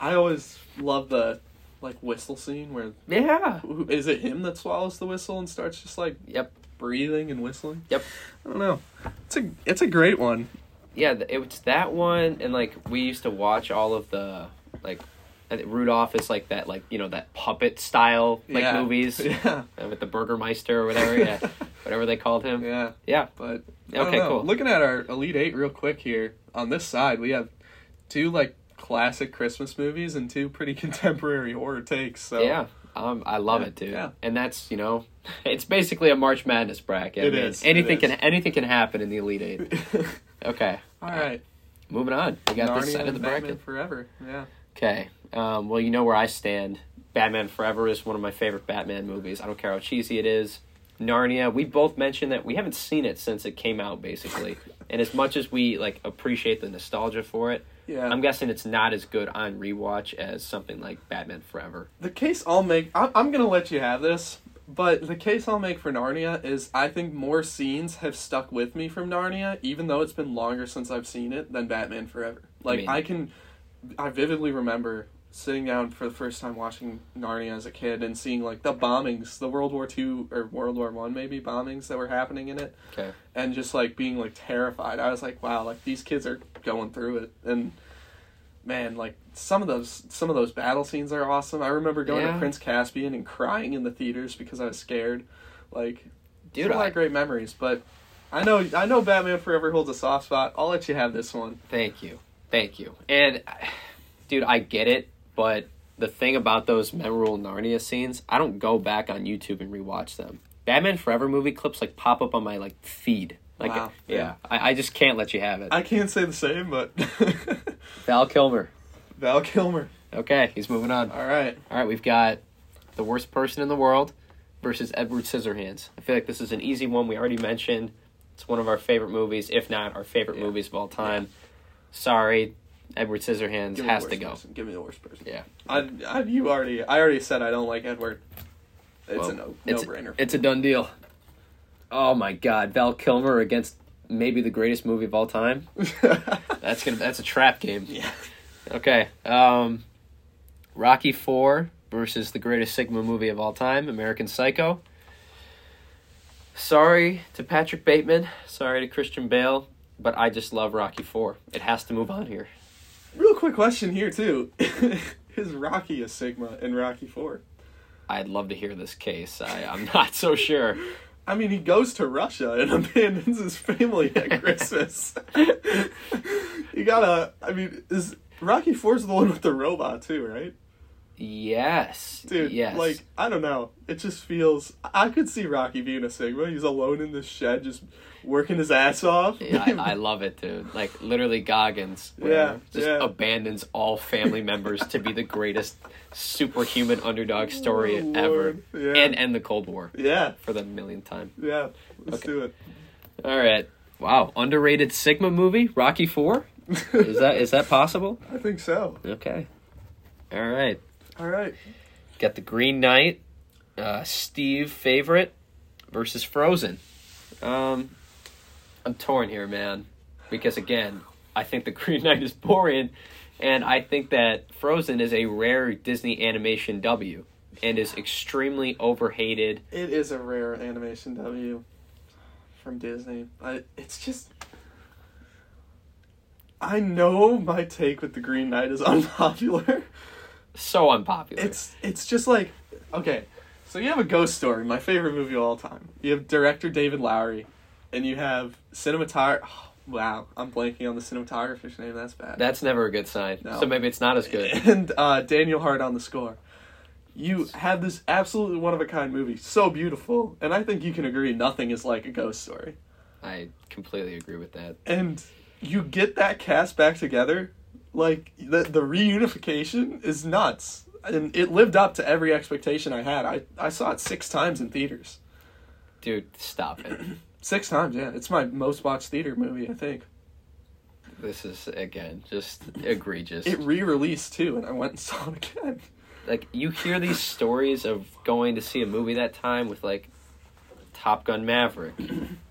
I always love the like whistle scene where yeah. who- is it him that swallows the whistle and starts just like Yep. breathing and whistling? Yep. I don't know. It's a it's a great one. Yeah, th- it was that one, and like we used to watch all of the like I think Rudolph is like that, like you know that puppet style like Yeah. movies Yeah. uh, with the Burgermeister or whatever, yeah, whatever they called him. Yeah. Yeah. But I don't Okay, know. cool. Looking at our Elite Eight real quick here, on this side we have two like classic Christmas movies and two pretty contemporary horror takes. So Yeah. Um, I love Yeah, it, dude. yeah. And that's you know, it's basically a March Madness bracket. I It mean, is, it Anything is. can anything can happen in the Elite Eight. Okay. All right. Moving on. We got this side of and the Batman bracket. Forever. Yeah. Okay. Um, well, you know where I stand. Batman Forever is one of my favorite Batman movies. I don't care how cheesy it is. Narnia, we both mentioned that we haven't seen it since it came out, basically. and as much as we like appreciate the nostalgia for it, Yeah. I'm guessing it's not as good on rewatch as something like Batman Forever. the case I'll make I'm, I'm gonna let you have this, but the case I'll make for Narnia is I think more scenes have stuck with me from Narnia, even though it's been longer since I've seen it than Batman Forever. Like I, mean- can, I vividly remember sitting down for the first time watching Narnia as a kid and seeing like the bombings, the World War Two or World War One maybe bombings that were happening in it, Okay. and just like being like terrified. I was like, wow, like these kids are going through it, and man, like some of those some of those battle scenes are awesome. I remember going Yeah. to Prince Caspian and crying in the theaters because I was scared. Like, Dude, a lot I, of great memories. But I know I know Batman Forever holds a soft spot. I'll let you have this one. Thank you. Thank you. And dude, I get it, but the thing about those memorable Narnia scenes, I don't go back on YouTube and rewatch them. Batman Forever movie clips like pop up on my like feed. Like Wow. yeah. Yeah. I, I just can't let you have it. I can't say the same, but Val Kilmer. Val Kilmer. Okay, he's moving on. All right. All right, we've got the worst person in the world versus Edward Scissorhands. I feel like this is an easy one. We already mentioned it's one of our favorite movies, if not our favorite Yeah. movies of all time. Sorry, Edward Scissorhands Give me the has to worst go. person. Give me the worst person. Yeah. I, I you already I already said I don't like Edward. It's Well, a no it's- no brainer. It's a done deal. Oh my God, Val Kilmer against maybe the greatest movie of all time. That's gonna that's a trap game. yeah. Okay, um, Rocky Four versus the greatest Sigma movie of all time, American Psycho. Sorry to Patrick Bateman. Sorry to Christian Bale. But I just love Rocky Four. It has to move on here. Real quick question here too. Is Rocky a Sigma in Rocky Four? I'd love to hear this case. I, I'm not so sure. I mean, he goes to Russia and abandons his family at Christmas. you gotta. I mean, is Rocky Four's the one with the robot too, right? Yes, Dude, Yes. like I don't know. It just feels. I could see Rocky being a Sigma. He's alone in this shed, just working his ass off. Yeah, I, I love it, dude. Like literally, Goggins. you Yeah, know, just yeah. abandons all family members to be the greatest superhuman underdog story Oh, ever, Lord. Yeah. and end the Cold War yeah, for the millionth time. yeah. Let's Okay. do it. All right. Wow, underrated Sigma movie, Rocky Four. Is that is that possible? I think so. Okay. All right. All right. Got the Green Knight, uh, Steve favorite versus Frozen. Um, I'm torn here, man, because again, I think the Green Knight is boring, and I think that Frozen is a rare Disney animation W, and is extremely overhated. It is a rare animation W from Disney. I, it's just. I know my take with the Green Knight is unpopular. So unpopular. It's it's just like okay, so you have a ghost story, my favorite movie of all time. You have director David Lowery, and you have cinematographer. wow, I'm blanking on the cinematographer's name. That's bad. That's never a good sign. No. So maybe it's not as good. and uh, Daniel Hart on the score. You have this absolutely one of a kind movie, so beautiful, and I think you can agree nothing is like a ghost story. I completely agree with that. And you get that cast back together, like the the reunification is nuts, and it lived up to every expectation I had. I I saw it six times in theaters. Dude, stop it. Six times, yeah. It's my most watched theater movie, I think. This is again just egregious. It re-released too, and I went and saw it again. like you hear these stories of going to see a movie that time with like Top Gun Maverick,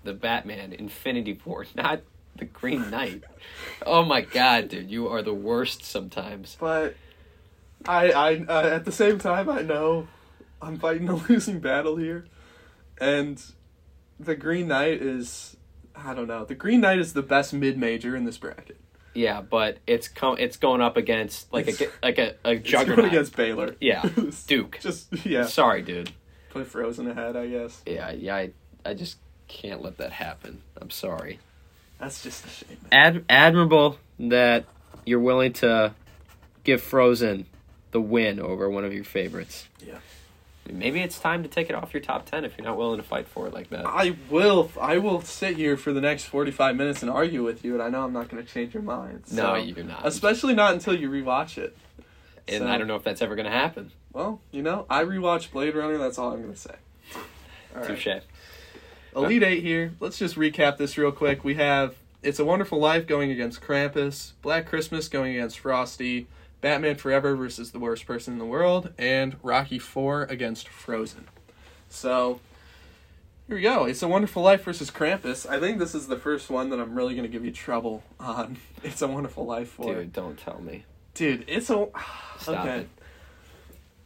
The Batman, Infinity War, not The Green Knight. Oh my god, dude, you are the worst sometimes. But I, I uh, at the same time, I know I'm fighting a losing battle here, and the Green Knight is I don't know. The Green Knight is the best mid major in this bracket. Yeah, but it's com- it's going up against like a like a, a It's going juggernaut. against Baylor. Yeah, Duke. Just yeah, Sorry, dude. put Frozen ahead, I guess. Yeah, yeah, I, I just can't let that happen. I'm sorry. That's just a shame. Ad- admirable that you're willing to give Frozen the win over one of your favorites. Yeah. Maybe it's time to take it off your top 10 if you're not willing to fight for it like that. I will. I will sit here for the next forty-five minutes and argue with you, and I know I'm not going to change your mind. No, so- you're not. Especially not until you rewatch it. and so- I don't know if that's ever going to happen. Well, you know, I rewatched Blade Runner. That's all I'm going to say. All right. Touche. Elite Eight here. Let's just recap this real quick. We have It's a Wonderful Life going against Krampus, Black Christmas going against Frosty, Batman Forever versus the worst person in the world, and Rocky Four against Frozen. So here we go. It's a Wonderful Life versus Krampus. I think this is the first one that I'm really going to give you trouble on. It's a Wonderful Life for. Dude, don't tell me. Dude, it's a. Stop okay. it.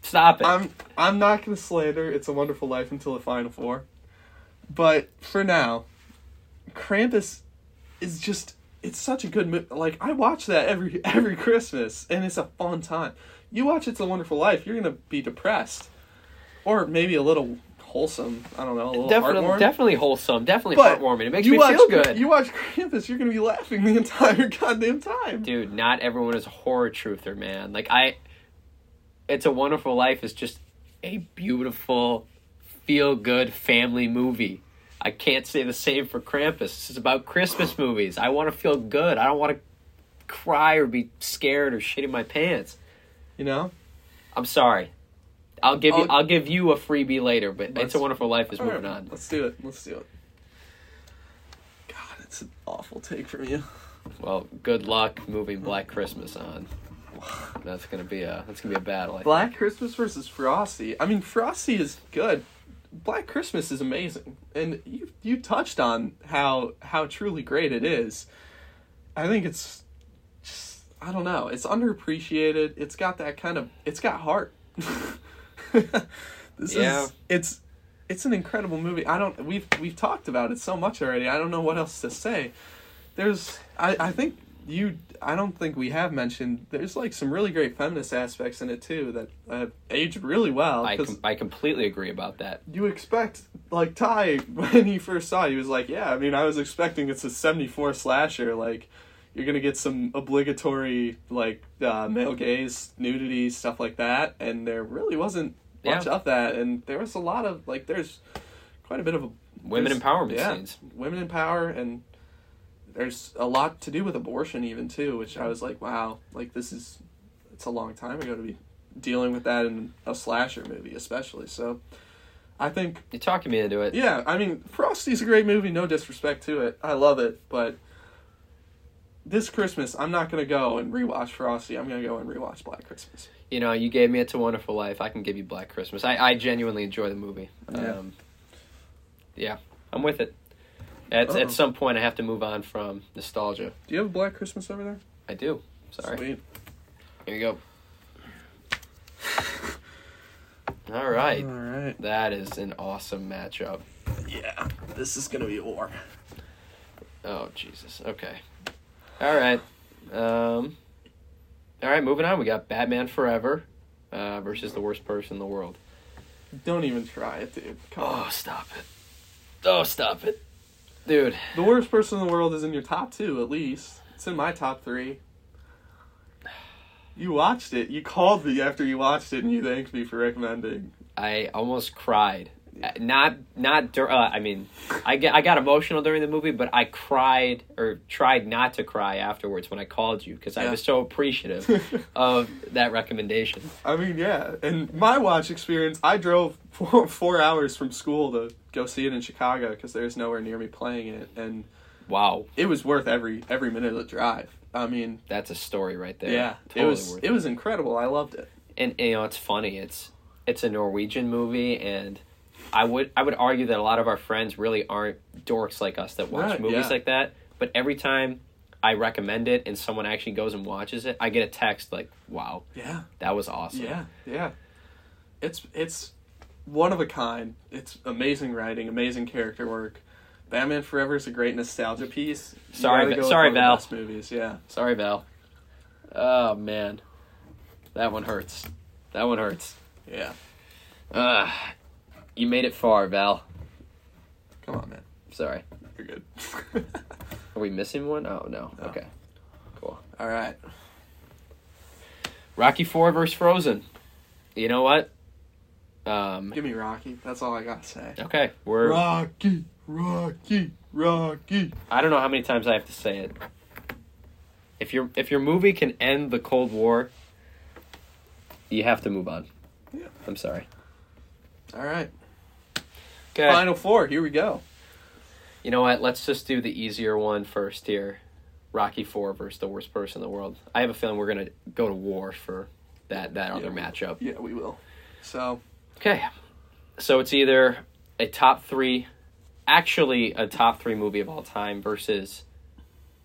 Stop it. I'm I'm not gonna slander It's a Wonderful Life until the final four. But for now, Krampus is just it's such a good movie. Like I watch that every every Christmas and it's a fun time. You watch It's a Wonderful Life, you're gonna be depressed. Or maybe a little wholesome. I don't know, a little definitely, heartwarming. definitely wholesome. Definitely But heartwarming. It makes you me watch, feel good. You watch Krampus, you're gonna be laughing the entire goddamn time. Dude, not everyone is a horror truther, man. Like I, it's a Wonderful Life is just a beautiful, feel good family movie. I can't say the same for Krampus. This is about Christmas movies. I want to feel good. I don't want to cry or be scared or shit in my pants. You know? I'm sorry. I'll give you. I'll- I'll give you a freebie later. But it's Oh. Let's- a Wonderful Life is All right, moving on. Let's do it. Let's do it. God, it's an awful take from you. Well, good luck moving Black Christmas on. That's gonna be a. That's gonna be a battle. I Black Christmas versus Frosty. I mean, Frosty is good. Black Christmas is amazing, and you you touched on how how truly great it is. I think it's just I don't know. It's underappreciated. It's got that kind of it's got heart. this Yeah. is it's it's an incredible movie. I don't we've we've talked about it so much already. I don't know what else to say. There's I I think you I don't think we have mentioned there's like some really great feminist aspects in it too that uh, aged really well I, 'cause com- I completely agree about that. you expect like Ty when he first saw it, he was like, "Yeah, I mean, I was expecting it's a '74 slasher. Like, you're gonna get some obligatory like uh, male gaze, nudity, stuff like that." And there really wasn't much Yeah. of that, and there was a lot of like, there's quite a bit of a, Women there's- empowerment yeah, scenes. women in power, and there's a lot to do with abortion even too, which I was like, "Wow, like this is it's a long time ago to be." dealing with that in a slasher movie especially so i think You're talking me into it. yeah, I mean, Frosty's a great movie. No disrespect to it, I love it, but this Christmas I'm not gonna go and rewatch Frosty. I'm gonna go and rewatch Black Christmas. You know, you gave me It's a Wonderful Life. I can give you Black Christmas. I, I genuinely enjoy the movie. Yeah. Um, yeah, I'm with it. At, Uh-oh. at some point, I have to move on from nostalgia. Do you have a Black Christmas over there? I do. Sorry. Sweet. Here you go. All right. All right. That is an awesome matchup. Yeah, this is gonna be a war. Oh Jesus. Okay. All right. Um. All right. Moving on. We got Batman Forever uh, versus the worst person in the world. Don't even try it, dude. Come Oh, on. stop it. Oh, stop it, dude. The worst person in the world is in your top two, at least. It's in my top three. You watched it. You called me after you watched it, and you thanked me for recommending. I almost cried. Uh, Not not. Dur- uh, I mean, I get I got emotional during the movie, but I cried or tried not to cry afterwards when I called you because I Yeah. was so appreciative of that recommendation. I mean, yeah. And my watch experience, I drove four, four hours from school to go see it in Chicago because there's nowhere near me playing it, and Wow, it was worth every every minute of the drive. I mean, that's a story right there. yeah, it was it was incredible. I loved it. and you know it's funny it's it's a norwegian movie and I would I would argue that a lot of our friends really aren't dorks like us that watch Right, movies yeah. like that. But every time I recommend it and someone actually goes and watches it, I get a text like, "Wow, Yeah. that was awesome." Yeah, yeah. It's it's one of a kind. It's amazing writing, amazing character work. Batman Forever is a great nostalgia piece. You Sorry, gotta Va- with sorry, one of the Val. best movies, yeah. Sorry, Val. Oh man, that one hurts. That one hurts. Yeah. Ugh. you made it far, Val. Come on, man. Sorry. You're good. Are we missing one? Oh no. No. Okay. Cool. All right. Rocky Four versus Frozen. You know what? Um. Give me Rocky. That's all I got to say. Okay. We're. Rocky, Rocky, Rocky. I don't know how many times I have to say it. If your if your movie can end the Cold War, you have to move on. Yeah. I'm sorry. All right. Okay. Final four. Here we go. You know what? Let's just do the easier one first here. Rocky Four versus the worst person in the world. I have a feeling we're gonna go to war for that that other Yeah. matchup. Yeah, we will. So, Okay. So it's either a top three, actually a top three movie of all time versus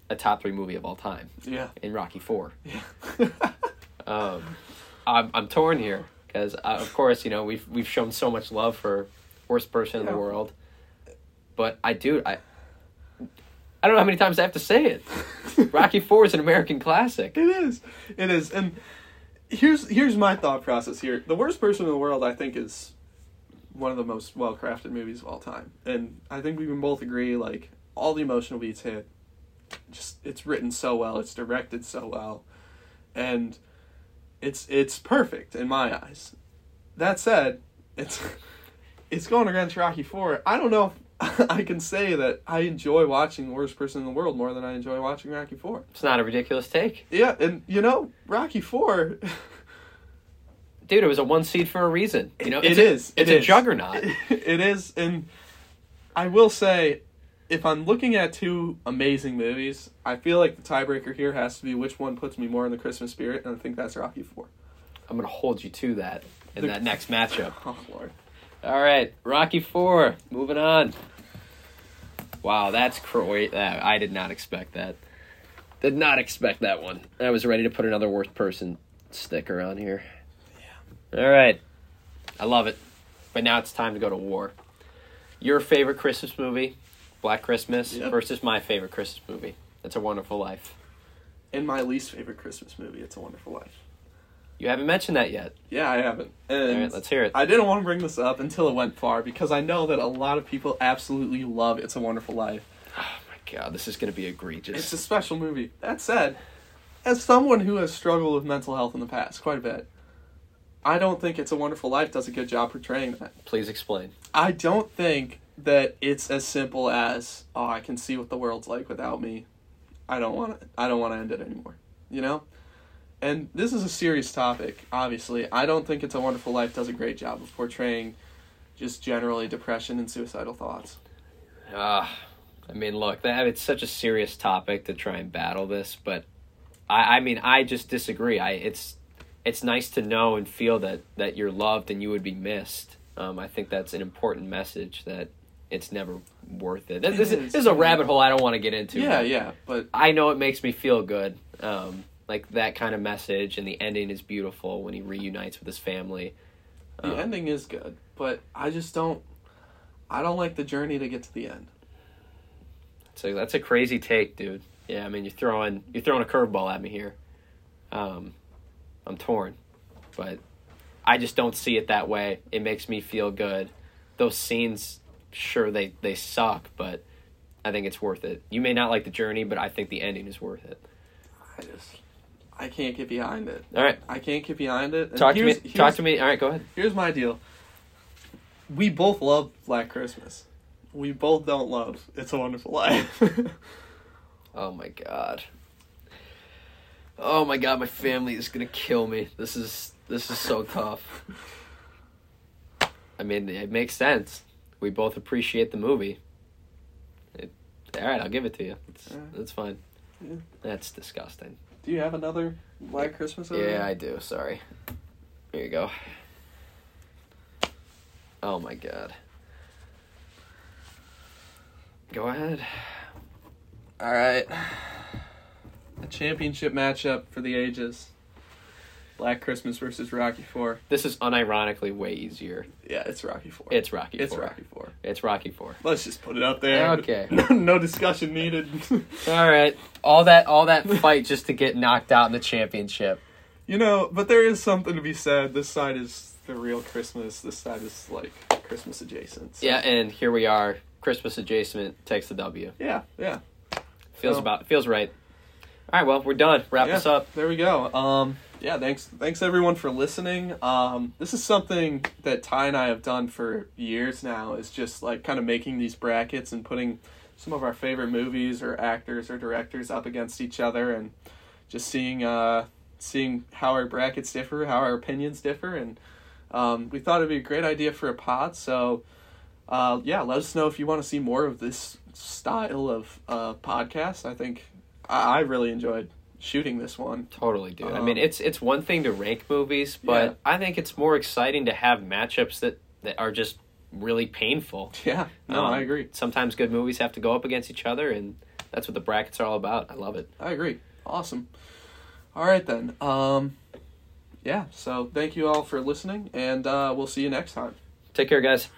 a top three movie of all time yeah. in Rocky Four. Yeah. Um, I'm I'm torn here because uh, of course you know we've we've shown so much love for worst person in Yeah. the world, but I do I. I don't know how many times I have to say it. Rocky Four is an American classic. It is. It is. And here's here's my thought process here. The worst person in the world I think is one of the most well crafted movies of all time. And I think we can both agree like all the emotional beats hit. Just it's written so well, it's directed so well. And it's it's perfect in my eyes. That said, it's it's going against Rocky Four. I don't know if I can say that I enjoy watching The Worst Person in the World more than I enjoy watching Rocky Four. It's not a ridiculous take, Yeah, and you know, Rocky Four. dude. It was a one seed for a reason. You know, It it's a- is, it It's a is. juggernaut. it is, and I will say, if I'm looking at two amazing movies, I feel like the tiebreaker here has to be which one puts me more in the Christmas spirit, and I think that's Rocky Four. I'm gonna hold you to that in The- that next matchup. Oh Lord. All right, Rocky Four. Moving on. Wow, that's crazy. That I did not expect that. Did not expect that one. I was ready to put another worst person sticker on here. Yeah. All right, I love it. But now it's time to go to war. Your favorite Christmas movie, Black Christmas, Yep. versus my favorite Christmas movie. It's a Wonderful Life. And my least favorite Christmas movie, It's a Wonderful Life. You haven't mentioned that yet. Yeah, I haven't. And All right, let's hear it. I didn't want to bring this up until it went far because I know that a lot of people absolutely love It's a Wonderful Life. Oh my god, this is gonna be egregious. It's a special movie. That said, as someone who has struggled with mental health in the past quite a bit, I don't think It's a Wonderful Life does a good job portraying that. Please explain. I don't think that it's as simple as, oh, I can see what the world's like without me. I don't want to, I don't want to end it anymore. You know? And this is a serious topic, obviously. I don't think It's a Wonderful Life does a great job of portraying just generally depression and suicidal thoughts. Uh, I mean, look, that it's such a serious topic to try and battle this, but I, I mean, I just disagree. I it's it's nice to know and feel that that you're loved and you would be missed. Um, I think that's an important message that it's never worth it. This, It this, is, is. this is a rabbit hole I don't want to get into. Yeah, yeah, but I know it makes me feel good. Um, like that kind of message, and the ending is beautiful when he reunites with his family. The Um, ending is good, but I just don't. I don't like the journey to get to the end. So that's a crazy take, dude. Yeah, I mean you're throwing you're throwing a curveball at me here. Um, I'm torn, but I just don't see it that way. It makes me feel good. Those scenes, sure they they suck, but I think it's worth it. You may not like the journey, but I think the ending is worth it. I just. I can't get behind it. All right, I can't get behind it. And talk to me. here's- Talk here's- to me. All right, go ahead. Here's my deal. We both love Black Christmas. We both don't love It's a Wonderful Life. Oh my god. Oh my god, my family is gonna kill me. This is this is so tough. I mean, it makes sense. We both appreciate the movie. It, all right, I'll give it to you. It's, Alright. That's fine. Yeah. That's disgusting. Do you have another Black Christmas? over Yeah, there? I do. Sorry. Here you go. Oh my god. Go ahead. All right. A championship matchup for the ages. Black Christmas versus Rocky Four. This is unironically way easier. Yeah, it's Rocky Four. It's Rocky. it's four. Rocky Four. It's Rocky Four. Let's just put it out there. Okay. No, no discussion needed. All right, all that all that fight just to get knocked out in the championship. you know, but there is something to be said. This side is the real Christmas. This side is like Christmas adjacent. so- Yeah, and here we are. Christmas adjacent takes the W. Yeah. Yeah. Feels Oh. about feels right. All right, well we're done. Wrap yeah, us up. There we go. Um, yeah, thanks, thanks everyone for listening. Um, this is something that Ty and I have done for years now. Is just like kind of making these brackets and putting some of our favorite movies or actors or directors up against each other, and just seeing uh, seeing how our brackets differ, how our opinions differ, and um, we thought it'd be a great idea for a pod. So, uh, yeah, let us know if you want to see more of this style of uh, podcast. I think I, I really enjoyed shooting this one. Totally, dude. I Um, mean, it's it's one thing to rank movies, but I think it's more exciting to have matchups that that are just really painful. Yeah, no, Um, I agree. Sometimes good movies have to go up against each other, and that's what the brackets are all about. I love it. I agree. Awesome. All right then. Um, yeah. So thank you all for listening, and uh, we'll see you next time. Take care, guys.